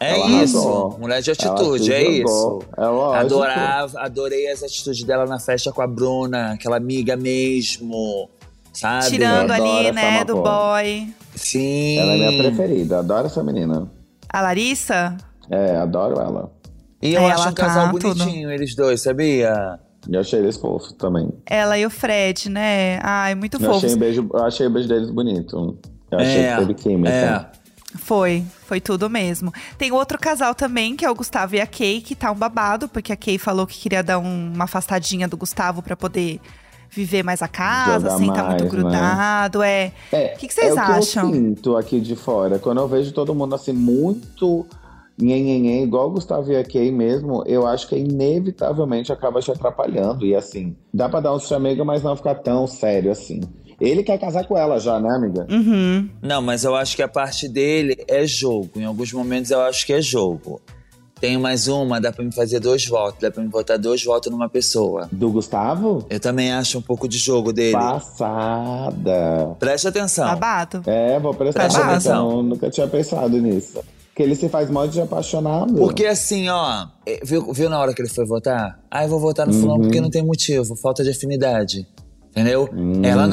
É ela isso, arrasou. mulher de Ela atitude, se é isso. jogou. É lógico. Adorava, adorei as atitudes dela na festa com a Bruna, aquela amiga mesmo, sabe? Tirando eu adoro ali, essa né, do Mapó. boy. Sim. Ela é minha preferida, adoro essa menina. A Larissa? É, adoro ela. E eu Ela acho um tá casal tudo. bonitinho, eles dois, sabia? E eu achei eles fofos também. Ela e o Fred, né? Ai, muito Eu fofo. achei, o beijo, eu achei o beijo deles bonito. Eu achei É, que teve química. É. Foi, foi tudo mesmo. Tem outro casal também, que é o Gustavo e a Kay, que tá um babado, porque a Kay falou que queria dar um- uma afastadinha do Gustavo pra poder viver mais a casa, Jogar assim, tá mais, muito né? grudado. É. É, O que que vocês é acham? O que eu sinto aqui de fora. Quando eu vejo todo mundo assim, muito nhenhenhen, igual o Gustavo e a Kay mesmo, eu acho que inevitavelmente acaba te atrapalhando. E assim, dá pra dar um chamego, mas não ficar tão sério assim. Ele quer casar com ela já, né, amiga? Uhum. Não, mas eu acho que a parte dele é jogo. Em alguns momentos eu acho que é jogo. Tenho mais uma, dá pra me fazer dois votos, dá pra me votar dois votos numa pessoa. Do Gustavo? Eu também acho um pouco de jogo dele. Passada. Preste atenção. Babado. É, vou prestar Tá, Presta atenção. Nunca tinha pensado nisso. Que ele se faz mal de apaixonado. Porque assim, ó, eh, viu, viu na hora que ele foi votar? Ah, eu vou votar no fulano porque Uhum. não tem motivo, falta de afinidade. Entendeu? Ela Uhum.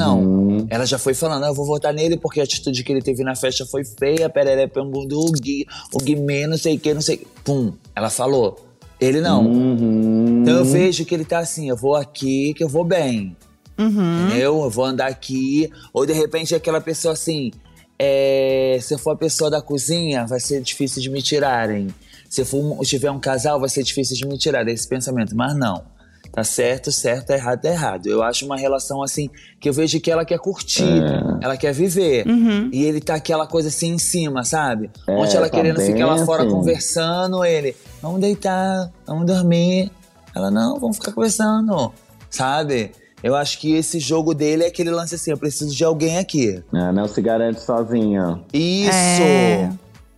não. Ela já foi falando, ah, eu vou votar nele porque a atitude que ele teve na festa foi feia, pereré, pangundu, o Gui, o Guimê, não sei o que, não sei o que. Pum, ela falou. Ele não. Uhum. Então eu vejo que ele tá assim, eu vou aqui que eu vou bem. Uhum, Entendeu? Eu vou andar aqui. Ou de repente aquela pessoa assim, é, se eu for a pessoa da cozinha, vai ser difícil de me tirarem. Se eu for um- tiver um casal, vai ser difícil de me tirarem. Esse pensamento, mas não. Tá certo, certo, tá errado, tá errado. Eu acho uma relação assim que eu vejo que ela quer curtir, ela quer viver. uhum. E ele tá aquela coisa assim em cima, sabe? É, Ontem ela tá querendo bem ficar lá fora assim. conversando conversando, ele, vamos deitar, vamos dormir. Ela, não, vamos ficar conversando, sabe? Eu acho que esse jogo dele é aquele lance assim, eu preciso de alguém aqui. Ah, não se garante sozinha. Isso! É.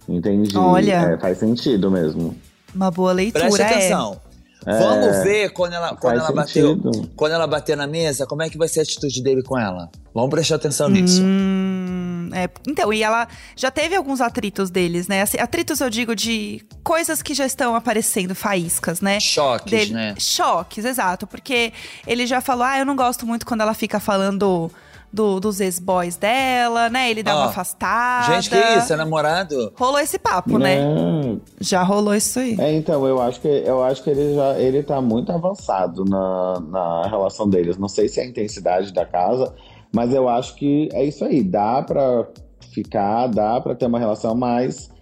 Entendi. Olha. É, faz sentido mesmo. Uma boa leitura, Preste é. atenção. Vamos ver quando ela, quando faz ela bateu. sentido. Quando ela bater na mesa, como é que vai ser a atitude dele com ela? Vamos prestar atenção nisso. Hum, é. Então, e ela já teve alguns atritos deles, né? Assim, atritos eu digo de coisas que já estão aparecendo, faíscas, né? Choques, dele. né? Choques, exato. Porque ele já falou, ah, eu não gosto muito quando ela fica falando do- dos ex-boys dela, né? Ele dá Ó, uma afastada. Gente, que isso? É namorado? Rolou esse papo, né? Não, Já rolou isso aí. É, então, eu acho que, eu acho que ele já ele tá muito avançado na, na relação deles. Não sei se é a intensidade da casa, mas eu acho que é isso aí. Dá pra ficar, dá pra ter uma relação, mas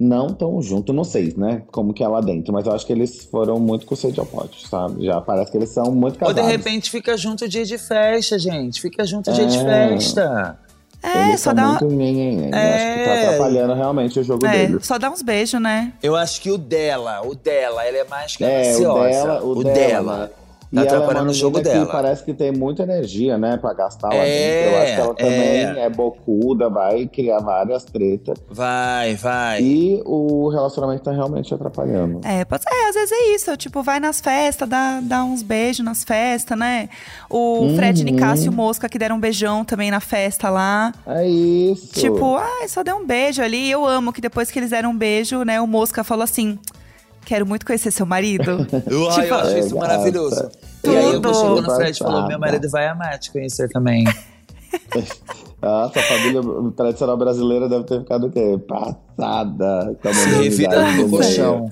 não tão junto. Não sei, né? Como que é lá dentro. Mas eu acho que eles foram muito com sede ao pote, sabe? Já parece que eles são muito Ou de casados. repente fica junto dia de festa, gente. Fica junto dia de É. festa. É, eles só tá são dá, muito nhenhenhen. Eu acho que É. tá atrapalhando realmente o jogo é, deles. só dá uns beijos, né? Eu acho que o dela, o dela, ela é mais É, o gananciosa. dela, o, dela. né? Tá atrapalhando ela é uma o jogo menina que dela. parece que tem muita energia, né, pra gastar lá É, dentro. Eu acho que ela também é. é, bocuda, vai criar várias tretas. Vai, vai. E o relacionamento tá realmente atrapalhando. É, pode ser, é, às vezes é isso. Tipo, vai nas festas, dá, dá uns beijos nas festas, né? O Fred Uhum. Nicasso e o Mosca que deram um beijão também na festa lá. É isso. Tipo, ai, só deu um beijo ali. Eu amo que depois que eles deram um beijo, né? O Mosca falou assim: quero muito conhecer seu marido. Eu, ai, eu Tipo, achei isso é, maravilhoso. gata. E aí eu Tudo. chegou no Fred e falou: Passada. meu marido vai amar te conhecer [laughs] também. Nossa, a Ah, família tradicional brasileira deve ter ficado o quê? Passada. com a Se modernidade revira do no meio. colchão.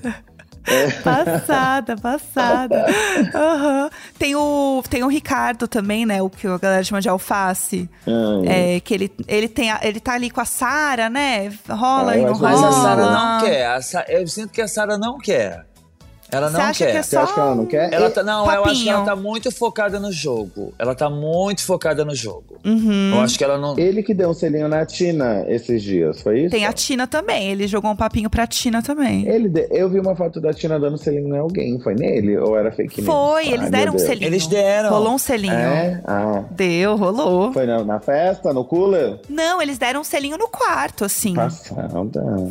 passada, passada. Aham. Tem, o, tem o Ricardo também, né? O que a galera chama de alface. Ai. É, que ele, ele, tem a- ele tá ali com a Sara, né? Rola É, e não mas rola. Mas a Olá. Sara não é quer. A Sa- Eu sinto que a Sara não quer. Ela Você não acha quer. que é Você acha que ela não quer? Ela tá, não, eu acho que ela papinho. tá muito focada no jogo. Ela tá muito focada no jogo. Uhum. Eu acho que ela não. Ele que deu um selinho na Tina esses dias, foi isso? Tem a Tina também. Ele jogou um papinho pra Tina também. Ele de- Eu vi uma foto da Tina dando selinho em é alguém. Foi nele? Ou era fake news? Foi, Ai, eles meu deram um Deus. selinho. Eles deram. Rolou um selinho. É? Ah. Deu, rolou. Foi na, na festa, no cooler? Não, eles deram um selinho no quarto, assim. Passada.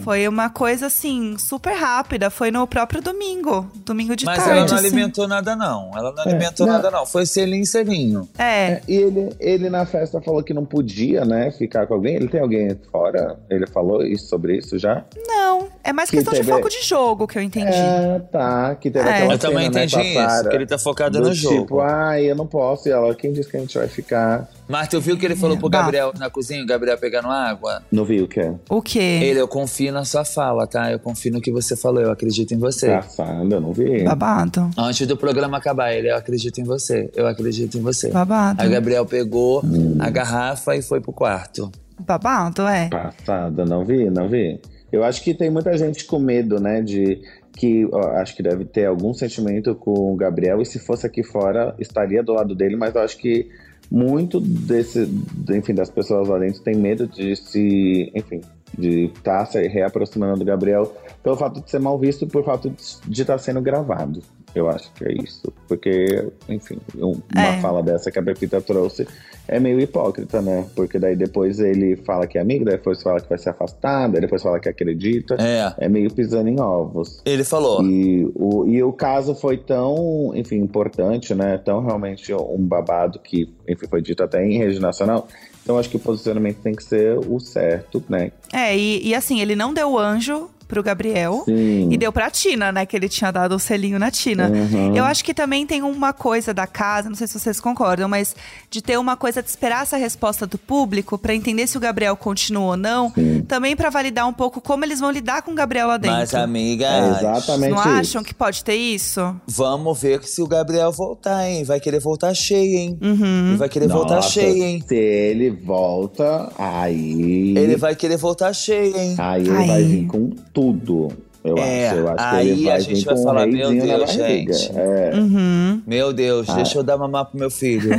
Foi uma coisa, assim, super rápida. Foi no próprio domingo. Domingo de Mas tarde, ela não assim. alimentou nada, não. Ela não alimentou É. não. nada, não. Foi selinho, selinho. É. E ele, ele na festa falou que não podia, né, ficar com alguém. Ele tem alguém fora? Ele falou isso, sobre isso já? Não, é mais Que questão de teve- foco de jogo que eu entendi. Ah, tá. Que teve É. aquela eu também cena, entendi né, com a isso, Sarah, que ele tá focado do no jogo. Tipo, ai, eu não posso. E ela, quem disse que a gente vai ficar? Mas tu viu que ele falou pro Bah. Gabriel na cozinha, o Gabriel pegando água? Não viu o quê? O quê? Ele, eu confio na sua fala, tá? Eu confio no que você falou, eu acredito em você. Tá. Passada, não vi. Tá Babado. Antes do programa acabar, ele, eu acredito em você, eu acredito em você. Babado. Aí o Gabriel pegou Hum. a garrafa e foi pro quarto. Babado, é. Passada, não vi, não vi. Eu acho que tem muita gente com medo, né? De que ó, acho que deve ter algum sentimento com o Gabriel, e se fosse aqui fora, estaria do lado dele, mas eu acho que muito desse, enfim, das pessoas lá dentro tem medo de se, enfim, de estar se reaproximando do Gabriel pelo fato de ser mal visto e por fato de- de estar sendo gravado. Eu acho que é isso. Porque, enfim, um- uma É. fala dessa que a Pepita trouxe é meio hipócrita, né? Porque daí depois ele fala que é amigo, daí depois fala que vai ser afastado, daí depois fala que acredita. É. É meio pisando em ovos. Ele falou. E o, e o caso foi tão, enfim, importante, né? Tão realmente um babado que, enfim, foi dito até em rede nacional. Então acho que o posicionamento tem que ser o certo, né? É, e, e assim, ele não deu anjo pro Gabriel. Sim. E deu pra Tina, né? Que ele tinha dado o selinho na Tina. Uhum. Eu acho que também tem uma coisa da casa, não sei se vocês concordam, mas de ter uma coisa de esperar essa resposta do público pra entender se o Gabriel continua ou não, Sim. também pra validar um pouco como eles vão lidar com o Gabriel lá dentro. Mas, amiga, É exatamente não isso. acham que pode ter isso? vamos ver se o Gabriel voltar, hein? Vai querer voltar cheio, hein? Uhum, Ele vai querer voltar Nossa, cheio, hein? Se ele volta, aí. Ele vai querer voltar cheio, hein? Aí Tá, ele Aí. vai vir com tudo. Eu É, acho. Eu acho que aí ele vai a gente vir vai com falar, um meu reizinho na Deus, barriga. gente. É. Uhum. Meu Deus, deixa eu dar mamar pro meu filho.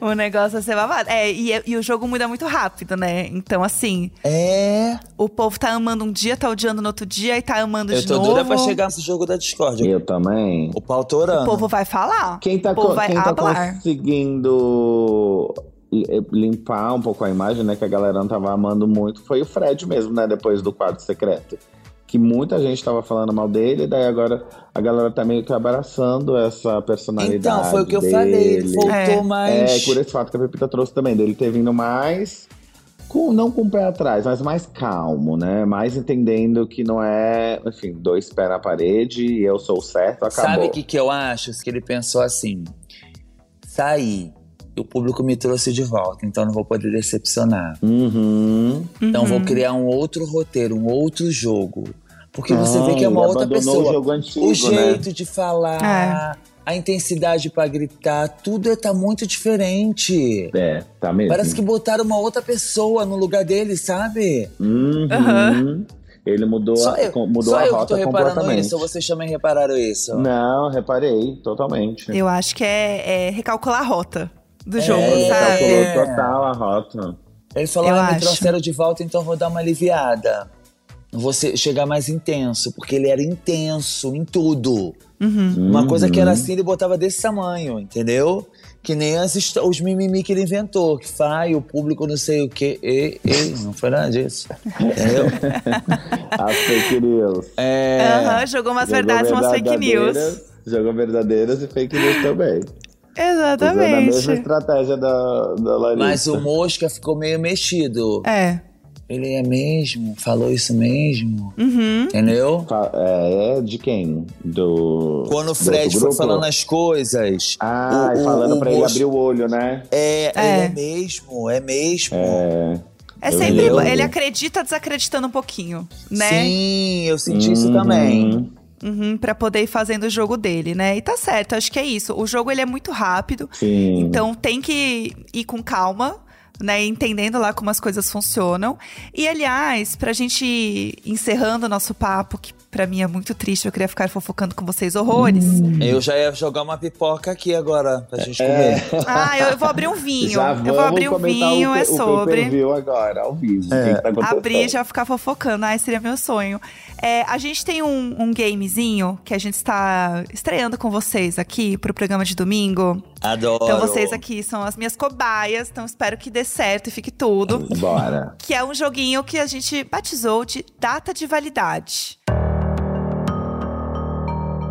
O negócio é ser babado. É, e, e o jogo muda muito rápido, né? Então, assim, [laughs] é. o povo tá amando um dia, tá odiando no outro dia e tá amando Eu de tô novo. doida pra chegar nesse jogo da Discord. Eu também. O Então, pau O torando. povo vai falar. Quem tá, o povo co- vai quem tá hablar. conseguindo li- limpar um pouco a imagem, né? Que a galera não tava amando muito, foi o Fred mesmo, né? Depois do quadro secreto. Que muita gente tava falando mal dele, daí agora a galera tá meio que abraçando essa personalidade. Então, foi o que eu dele. falei. Ele voltou É. É, mais. por esse fato que a Pepita trouxe também, dele ter vindo mais. Com, não com o pé atrás, mas mais calmo, né? Mais entendendo que não é, enfim, dois pés na parede e eu sou o certo, acabou. Sabe o que, que eu acho? Que ele pensou assim: saí, e o público me trouxe de volta, então não vou poder decepcionar. Uhum. Então vou criar um outro roteiro, um outro jogo. Porque você vê que é uma Ah, outra abandonou pessoa. O, jogo antigo, o né? jeito de É. falar, a intensidade pra gritar, tudo é- tá muito diferente. É, tá mesmo. Parece que botaram uma outra pessoa no lugar dele, sabe? Uhum. Aham. Ele mudou só a, eu, com- mudou só eu a que tô rota reparando completamente. isso, ou vocês também repararam isso? Não, reparei, totalmente. Eu acho que é, é recalcular a rota do jogo, ele sabe? calculou É. total a rota. Ele falou, Eu ah, me acho. trouxeram de volta, então vou dar uma aliviada. Vou se- chegar mais intenso, porque ele era intenso em tudo. Uhum. Uma coisa que era Uhum. assim, ele botava desse tamanho, entendeu? Que nem as histó- os mimimi que ele inventou, que faz o público não sei o quê. E, e, não foi nada disso. [laughs] É Entendeu? As fake news. É, Aham, jogou umas Jogou verdades, umas fake news. verdadeiras- Jogou verdadeiras e fake news também. Usando a mesma Exatamente. estratégia da, da Larissa. Mas o Mosca ficou meio mexido. É. Ele é mesmo? Falou isso mesmo? Uhum. Entendeu? Fa- É, é de quem? Do. Quando o do Fred foi outro grupo? falando as coisas. Ah, e falando pra ele Mosca- abrir o olho, né? É, É. ele é mesmo, é mesmo. É. É Eu sempre. lembro. Ele acredita desacreditando um pouquinho, né? Sim, eu senti isso Uhum. também. Uhum, pra poder ir fazendo o jogo dele, né? E tá certo, acho que é isso. O jogo ele é muito rápido, Sim. então tem que ir com calma. Né, entendendo lá como as coisas funcionam. E, aliás, pra gente ir encerrando o nosso papo, que pra mim é muito triste, eu queria ficar fofocando com vocês horrores. Hum. Uhum. Eu já ia jogar uma pipoca aqui agora pra gente É. comer. Ah, eu, eu vou [laughs] abrir um vinho. Já Eu vou abrir um comentar vinho, o, é pe- O sobre. pay-per-view agora, ao vivo. É. O que que tá acontecendo? Abrir e já ficar fofocando. Ai, seria meu sonho. É, a gente tem um, um gamezinho que a gente está estreando com vocês aqui pro programa de domingo. Adoro. Então vocês aqui são as minhas cobaias, então espero que dê certo e fique tudo. Bora. Que é um joguinho que a gente batizou de data de validade.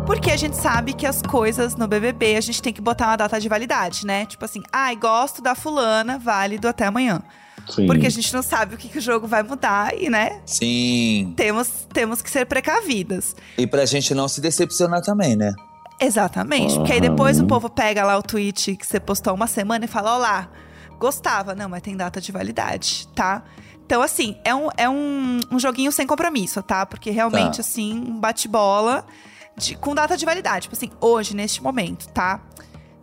Porque a gente sabe que as coisas no BBB a gente tem que botar uma data de validade, né? Tipo assim, ai, gosto da fulana, válido até amanhã. Sim. Porque a gente não sabe o que, que o jogo vai mudar e, né, Sim. temos, temos que ser precavidas. E pra gente não se decepcionar também, né? Exatamente. Porque aí Aham. depois o povo pega lá o tweet que você postou há uma semana e fala: Olá, gostava. Não, mas tem data de validade, tá? Então, assim, é um, é um, um joguinho sem compromisso, tá? Porque realmente, Tá. assim, um bate-bola de- com data de validade. Tipo assim, hoje, neste momento, tá?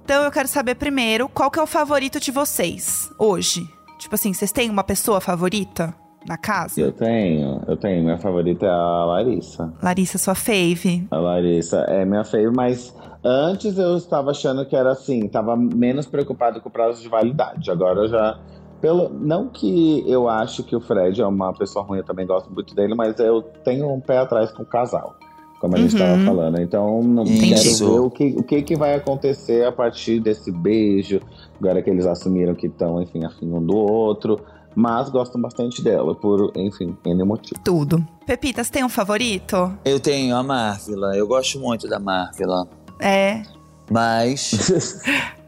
Então eu quero saber primeiro qual que é o favorito de vocês hoje. Tipo assim, vocês têm uma pessoa favorita na casa? Eu tenho, eu tenho. Minha favorita é a Larissa. Larissa, sua fave? A Larissa é minha fave, mas antes eu estava achando que era assim, estava menos preocupado com o prazo de validade. Agora eu já. Pelo, não que eu acho que o Fred é uma pessoa ruim, eu também gosto muito dele, mas eu tenho um pé atrás com o casal, como a gente Uhum. estava falando. Então, não Isso. quero ver o, que, o que, que vai acontecer a partir desse beijo, agora que eles assumiram que estão, enfim, afim um do outro. Mas gosto bastante dela, por, enfim, N motivo. Tudo. Pepita, você tem um favorito? Eu tenho a Marvila, eu gosto muito da Marvila. É. [laughs] Mas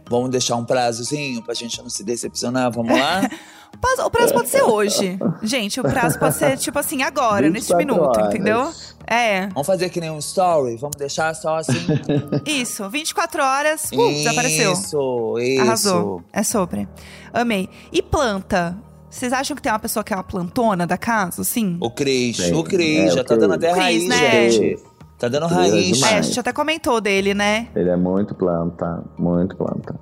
vamos deixar um prazozinho pra gente não se decepcionar, vamos [laughs] lá? Paz- O prazo pode ser hoje. Gente, o prazo pode ser, tipo assim, agora, neste 24 minuto, horas. entendeu? É. vamos fazer que nem um story, vamos deixar só assim. Isso. 24 horas, [laughs] uh, desapareceu. Isso, isso. Arrasou. É sobre. Amei. E planta? Vocês acham que tem uma pessoa que é uma plantona da casa, sim? O Cris, Sim, o é, Cris, já o tá Cris. dando até Cris, raiz, né? gente. Tá dando Cris é raiz. demais. É, a gente até comentou dele, né? Ele é muito planta, muito planta.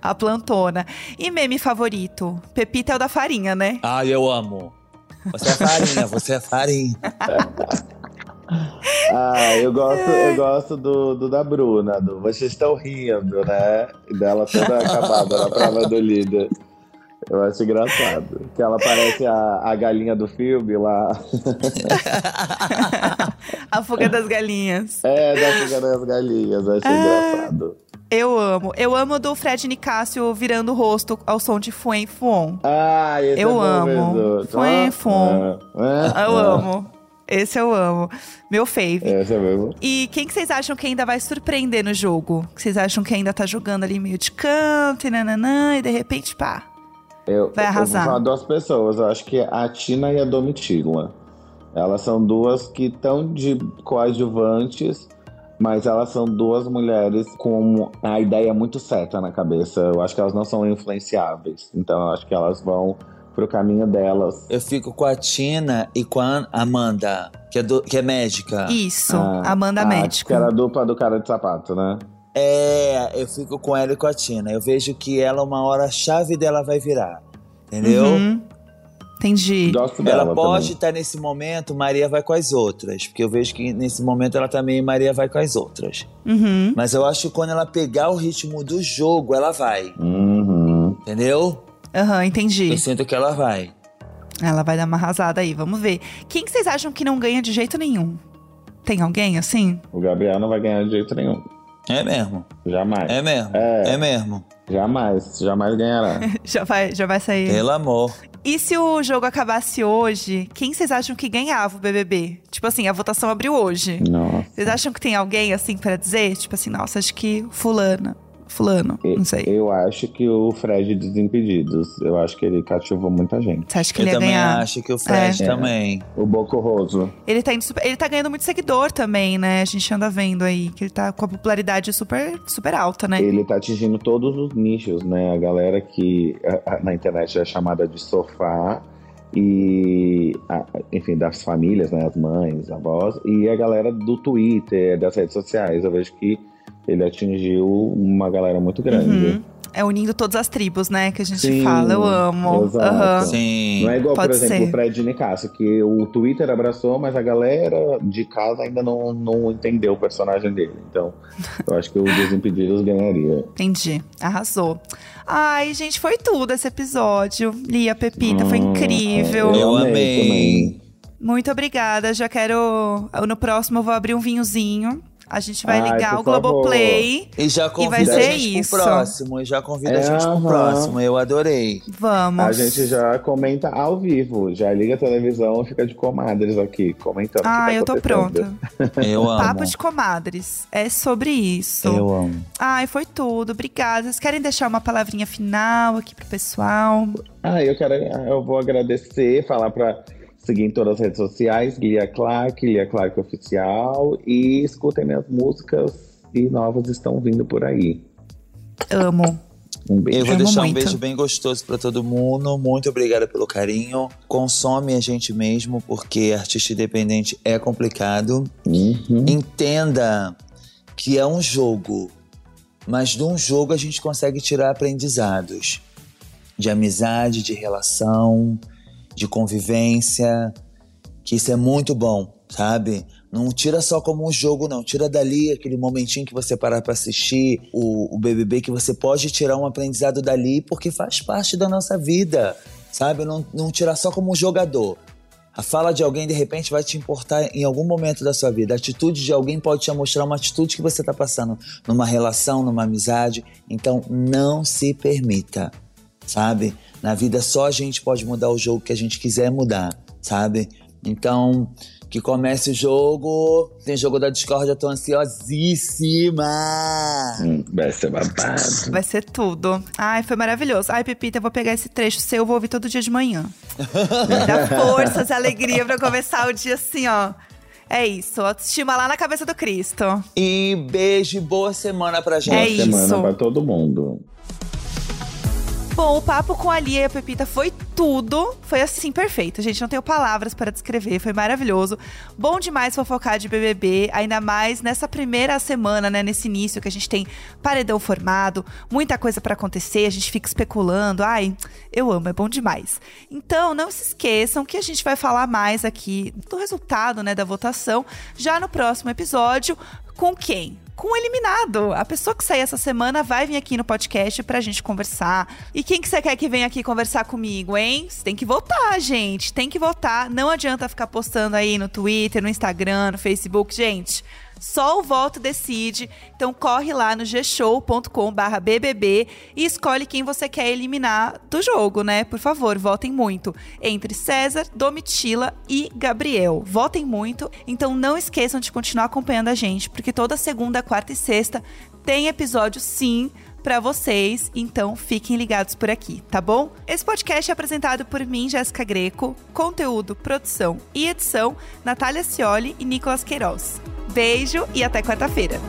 A plantona. E meme favorito? Pepita é o da farinha, né? Ah, eu amo. Você é farinha, você é farinha. Ah, eu gosto, eu gosto do, do da Bruna, do Vocês Estão Rindo, né? Dela toda acabada na prova do líder. Eu acho engraçado. Que ela parece a, a galinha do filme lá. [laughs] A fuga das galinhas. É, da Fuga das Galinhas. Eu acho É. engraçado. Eu amo. Eu amo do Fred Nicásio virando o rosto ao som de Fuen Fuon. Ah, esse Eu é bom amo. mesmo. Foi Ah, fom. ah, ah. Eu amo. Esse eu amo. Meu fave. Esse é mesmo. E quem que vocês acham que ainda vai surpreender no jogo? Que vocês acham que ainda tá jogando ali meio de canto e nananã, e de repente, pá. Eu, Vai arrasar. Eu vou falar duas pessoas. Eu acho que é a Tina e a Domitila. Elas são duas que estão de coadjuvantes, Mas elas são duas mulheres com a ideia muito certa na cabeça. Eu acho que elas não são influenciáveis. Então eu acho que elas vão pro caminho delas. Eu fico com a Tina e com a Amanda, que é, do, que é médica. Isso, Amanda ah, Médico. Que era a dupla do cara de sapato, né? É, eu fico com ela e com a Tina. Eu vejo que ela, uma hora, a chave dela vai virar. Entendeu? Uhum. Entendi. Gosto dela. Ela pode também. estar nesse momento, Maria vai com as outras. Porque eu vejo que nesse momento ela também, Maria vai com as outras. Uhum. Mas eu acho que quando ela pegar o ritmo do jogo, ela vai. Uhum. Entendeu? Aham, entendi. Eu sinto que ela vai. Ela vai dar uma arrasada aí, vamos ver. Quem que vocês acham que não ganha de jeito nenhum? Tem alguém assim? [laughs] O Gabriel não vai ganhar de jeito nenhum. É mesmo. Jamais. É mesmo. É. É, mesmo. Jamais. Jamais [laughs] ganhará. Já vai, já vai sair. Pelo amor. E se o jogo acabasse hoje, quem vocês acham que ganhava o BBB? Tipo assim, a votação abriu hoje. Nossa. Vocês acham que tem alguém assim pra dizer? Tipo assim, nossa, acho que fulana, fulano, não sei. Eu acho que o Fred Desimpedidos. Eu acho que ele cativou muita gente. Você acha que eu ele ia também ganhar? acho que o Fred É. também. O Boco Roso. Ele tá, indo super- ele tá ganhando muito seguidor também, né? A gente anda vendo aí que ele tá com a popularidade super, super alta, né? Ele tá atingindo todos os nichos, né? A galera que a- a- na internet é chamada de sofá e, a- enfim, das famílias, né? As mães, avós e a galera do Twitter, das redes sociais. Eu vejo que ele atingiu uma galera muito grande. Uhum. É unindo todas as tribos, né? Que a gente Sim, fala, eu amo. exato. Aham. Sim. Não é igual, por Pode exemplo, ser. o Fred Nicasso, que o Twitter abraçou, mas a galera de casa ainda não, não entendeu o personagem dele. Então, eu acho que o Desimpedidos ganharia. Entendi. Arrasou. Ai, gente, foi tudo esse episódio. Lia Pepita, foi Hum, incrível. Ah, Eu amei. também. Muito obrigada. Já quero. No próximo eu vou abrir um vinhozinho. A gente vai Ai, ligar por o Globoplay. E já convida vai a ser gente isso. pro próximo. E já convida a É, gente pro aham. próximo. Eu adorei. Vamos. A gente já comenta ao vivo, já liga a televisão e fica de comadres aqui, comentando. o que Ah, tá eu tô acontecendo. pronta. Eu amo. Papo de comadres. É sobre isso. Eu amo. Ai, foi tudo. Obrigada. Vocês querem deixar uma palavrinha final aqui pro pessoal? Ah, eu quero, eu vou agradecer, falar pra seguir em todas as redes sociais, Lia Clark, Lia Clark Oficial, e escutem minhas músicas e novas estão vindo por aí. Amo. Um beijo. Eu vou Amo deixar muito. um beijo bem gostoso pra todo mundo. Muito obrigada pelo carinho. Consome a gente mesmo, porque artista independente é complicado. Uhum. Entenda que é um jogo, mas de um jogo a gente consegue tirar aprendizados de amizade, de relação, de convivência, que isso é muito bom, sabe? Não tira só como um jogo, não. Tira dali aquele momentinho que você parar pra assistir o, o BBB, que você pode tirar um aprendizado dali, porque faz parte da nossa vida, sabe? Não, não tirar só como um jogador. A fala de alguém, de repente, vai te importar em algum momento da sua vida. A atitude de alguém pode te mostrar uma atitude que você está passando numa relação, numa amizade. Então, não se permita, sabe? Na vida, só a gente pode mudar o jogo que a gente quiser mudar, sabe? Então, que comece o jogo. Tem jogo da discórdia, tô ansiosíssima! Hum, Vai ser babado. Vai ser tudo. Ai, foi maravilhoso. Ai, Pepita, eu vou pegar esse trecho seu, eu vou ouvir todo dia de manhã. [laughs] Dá forças e alegria pra começar o dia assim, ó. É isso, autoestima lá na cabeça do Cristo. E beijo e boa semana pra gente. É Boa semana isso. pra todo mundo. Bom, o papo com a Lia e a Pepita foi tudo. Foi assim, perfeito, gente. Não tenho palavras para descrever. Foi maravilhoso. Bom demais fofocar de BBB, ainda mais nessa primeira semana, né? Nesse início que a gente tem paredão formado, muita coisa para acontecer, a gente fica especulando. Ai, eu amo, é bom demais. Então, não se esqueçam que a gente vai falar mais aqui do resultado, né, da votação, já no próximo episódio. Com quem? com o eliminado. A pessoa que sair essa semana vai vir aqui no podcast pra gente conversar. E quem que você quer que venha aqui conversar comigo, hein? Você tem que votar, gente. Tem que votar. Não adianta ficar postando aí no Twitter, no Instagram, no Facebook, gente. Só o voto decide. Então corre lá no gshow.com/bbb e escolhe quem você quer eliminar do jogo, né? Por favor, votem muito entre César, Domitila e Gabriel. Votem muito. Então não esqueçam de continuar acompanhando a gente, porque toda segunda, quarta e sexta tem episódio sim pra vocês, então fiquem ligados por aqui, tá bom? Esse podcast é apresentado por mim, Jéssica Greco, conteúdo, produção e edição, Natália Cioli e Nicolas Queiroz. beijo e até quarta-feira.